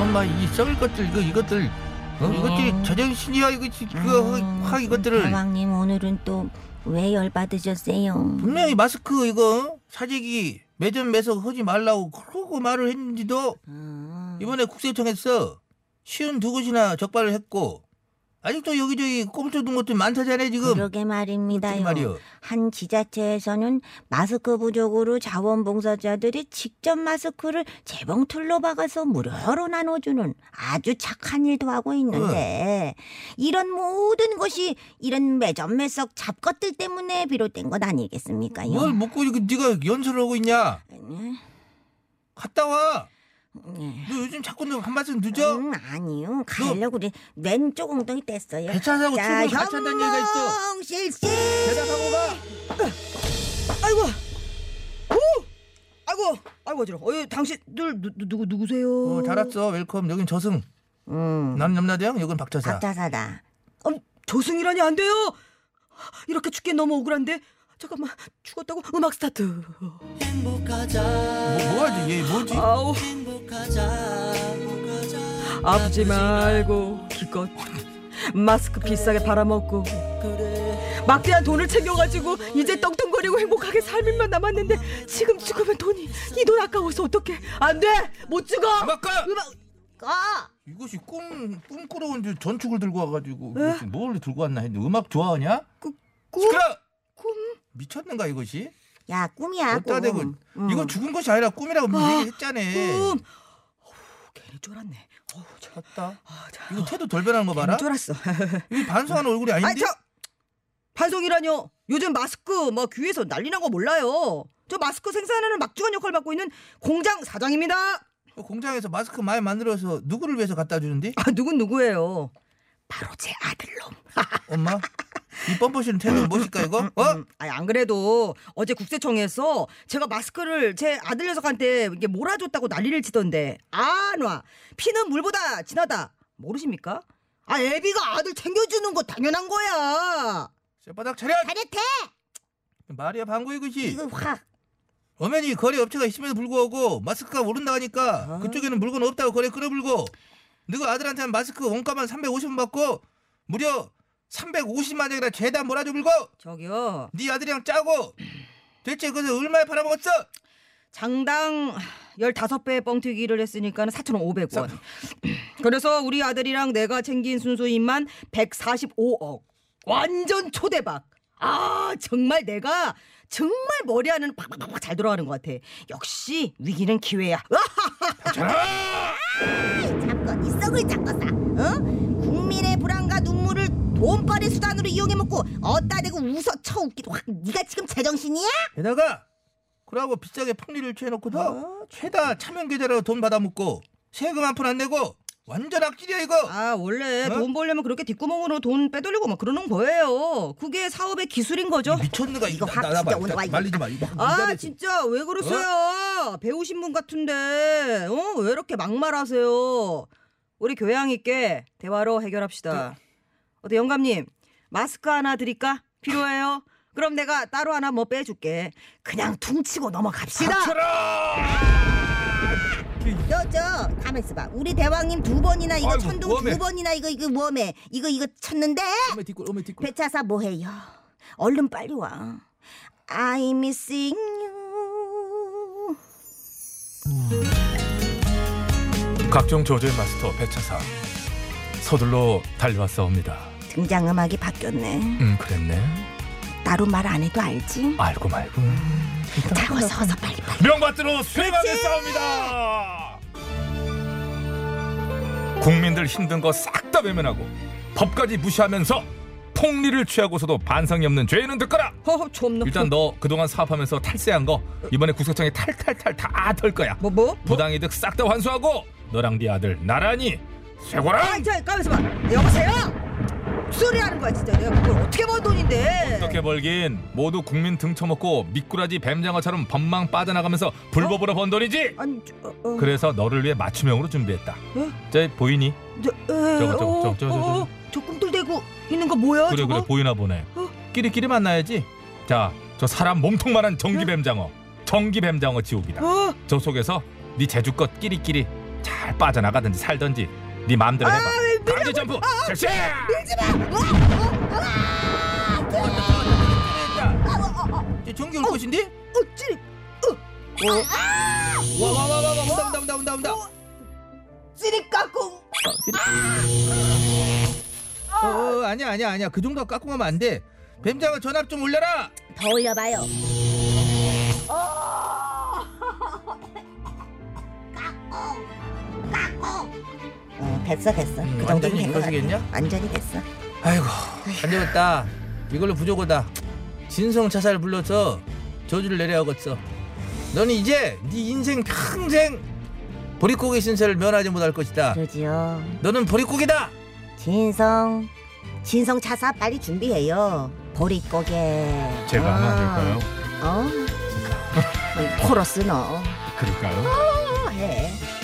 엄마 어, 이 썩을 것들 이거 이것들 어? 이것들이 저정신이야 이거 지- 그거 확 이것들을 대왕님 음, 오늘은 또 왜 열받으셨어요? 분명히 마스크 이거 어? 사재기 매점 매석 하지 말라고 그러고 말을 했는데도 아, 이번에 국세청에서 시운 두 곳이나 적발을 했고 아직도 여기저기 꼼짝둔 것들 많다잖아요 지금 그러게 말입니다요. 예. 지금 말이요. 한 지자체에서는 마스크 부족으로 자원봉사자들이 직접 마스크를 재봉틀로 박아서 무료로 나눠주는 아주 착한 일도 하고 있는데 어. 이런 모든 것이 이런 매점매석 잡것들 때문에 비롯된 것 아니겠습니까요? 뭘 먹고 이렇게 네가 연설을 하고 있냐 네, 갔다 와너 네. 요즘 자꾸 너 한마디씩 늦어 음, 아니요. 가려고 그래. 왼쪽 엉덩이 뗐어요. 배차 사고 출근을 같이 한다는 얘기가 있어 실시. 대답하고 가 아이고. 오! 아이고. 아이고 어지러워. 어이, 당신들 누, 누, 누구 누구세요? 어, 잘 왔어 웰컴 여긴 저승 음. 나는 염라대왕 여긴 박차사 박자사다. 어, 저승이라니 안 돼요. 이렇게 죽게 너무 억울한데. 잠깐만. 죽었다고 음악 스타트. 뭐, 뭐하지 얘 뭐지 아우. 아프지 말고 기껏 마스크 비싸게 팔아먹고 막대한 돈을 챙겨가지고 이제 떵떵거리고 행복하게 삶이만 남았는데 지금 죽으면 돈이 이 돈 아까워서 어떡해 안돼못 죽어 막가 음악 아! 가. 이것이 꿈 꿈꾸러운 저 전축을 들고 와가지고 이것이 뭘 들고 왔나 했는데 음악 좋아하냐? 꿈? 시끄러! 꿈? 미쳤는가 이것이? 야 아, 꿈이야 음. 어따 대고 꿈. 이건 죽은 것이 아니라 꿈이라고 얘기했잖아. 음, 꿈. 음. 어우, 괜히 쫄았네. 어우, 저, 쳤다. 아, 자, 이거 태도 돌변하는 거 봐라. 괜히 쫄았어. 이 반성하는 얼굴이 아닌데. 아니, 저 반성이라뇨. 요즘 마스크 막 귀에서 난리 난 거 몰라요. 저 마스크 생산하는 막중한 역할 맡고 있는 공장 사장입니다. 그 공장에서 마스크 많이 만들어서 누구를 위해서 갖다 주는데? 아, 누군 누구예요? 바로 제 아들놈. 엄마? 이 뻔뻔시는 태도 무엇일까 이거? 어? 음, 아니, 안 그래도 어제 국세청에서 제가 마스크를 제 아들 녀석한테 이게 몰아줬다고 난리를 치던데 안 와. 피는 물보다 진하다. 모르십니까? 아, 애비가 아들 챙겨주는 거 당연한 거야. 쇠바닥 차렷! 잘했대. 말이야 방구 이것이. 이거 확. 엄연히 거래 업체가 있음에도 불구하고 마스크가 오른다 아. 하니까 그쪽에는 물건 없다고 거래 끌어불고 너가 아들한테는 마스크 원가만 350원 받고 무려 350만 원이나 죄다 몰아줘 불고 저기요. 네 아들이랑 짜고 대체 그것을 얼마에 팔아먹었어? 장당 15배 뻥튀기를 했으니까 는 4,500원. 그래서 우리 아들이랑 내가 챙긴 순수인만 145억. 완전 초대박. 아, 정말 내가 정말 머리하는 팍팍팍 잘 돌아가는 것 같아. 역시 위기는 기회야. 어? 잡건 이 썩을 잡거사. 어? 국민의 불안과 눈물을 돈벌이 수단으로 이용해 먹고 어따 대고 웃어 쳐 웃기도 확. 네가 지금 제정신이야? 게다가 그러고 비싸게 폭리를 취해놓고도 아, 최다 차명 계좌로 돈 받아먹고 세금 한 푼 안 내고 완전 악질이야 이거 아, 원래 어? 돈 벌려면 그렇게 뒷구멍으로 돈 빼돌리고 막 그러는 거예요. 그게 사업의 기술인 거죠. 미쳤는가 이거 확 나나 진짜 오늘 와, 봐. 이거. 말리지 마 이거 확 아 미달해서. 진짜 왜 그러세요? 배우신 분 같은데 어 왜 이렇게 막말하세요? 우리 교양 있게 대화로 해결합시다. 어때 영감님 마스크 하나 드릴까? 필요해요? 그럼 내가 따로 하나 뭐 빼줄게. 그냥 퉁치고 넘어갑시다. 너저 가만 있어봐. 우리 대왕님 두 번이나 이거 아이고, 천둥 웜해. 두 번이나 이거 이거 웜에 이거 이거 쳤는데 어메 뒷골 어메 뒷골 배차사 뭐해요? 얼른 빨리 와. I'm missing you. 각종 조제 마스터 배차사 서둘러 달려왔사옵니다. 등장 음악이 바뀌었네. 음 그랬네. 따로 말 안 해도 알지? 알고 말고. 자, 어서 어서 빨리 빨리. 명받들어 수행하겠사옵니다. 국민들 힘든 거 싹 다 외면하고 법까지 무시하면서 폭리를 취하고서도 반성이 없는 죄인은 듣거라. 허허 좀 넣고. 일단 너 그동안 사업하면서 탈세한 거 이번에 국세청에 탈탈탈 다 털 거야. 뭐 뭐? 부당이득 싹 다 환수하고 너랑 네 아들 나란히 아, 쇠고랑 저 가만있어 봐. 여보세요. 소리 하는 거야 진짜. 내가 그걸 어떻게 번 돈인데? 어떻게 벌긴 모두 국민 등쳐먹고 미꾸라지 뱀장어처럼 법망 빠져나가면서 불법으로 번 돈이지. 아니, 저, 어, 어. 그래서 너를 위해 맞춤형으로 준비했다. 어? 저 보이니? 저, 에, 저거, 저거, 어, 저거, 저거, 어, 저거. 어, 저 꿈틀대고 있는 거 뭐야? 그래 저거? 그래 보이나 보네. 어? 끼리끼리 만나야지. 자, 저 사람 몸통만한 전기뱀장어, 전기뱀장어 지옥이다. 어, 저 속에서 네 재주껏 끼리끼리 잘 빠져나가든지 살든지 네 마음대로 아, 해봐. 강제 점프, 절세. 저 전기 올 것인데? 어찌? 와와와와 온다 온다 온다 온다 온다. 쓰리까꿍. 어 아니야 아니야 아니야 그 정도 깎고 가면 안 돼. 뱀장어 전압 좀 올려라. 더 올려봐요. 어, 됐어 됐어. 음, 그 정도면 완전히 된것 익어지겠냐? 같아. 완전히 됐어. 아이고 안 되겠다. 이걸로 부족하다. 진성 차사를 불러서 저주를 내려야겠어. 너는 이제 네 인생 평생 보릿고기 신세를 면하지 못할 것이다. 그러지요. 너는 보릿고기다. 진성, 진성 차사 빨리 준비해요. 보릿고개. 제가 하면 안 될까요? 어? 코러스 너. 그럴까요? 어, 해.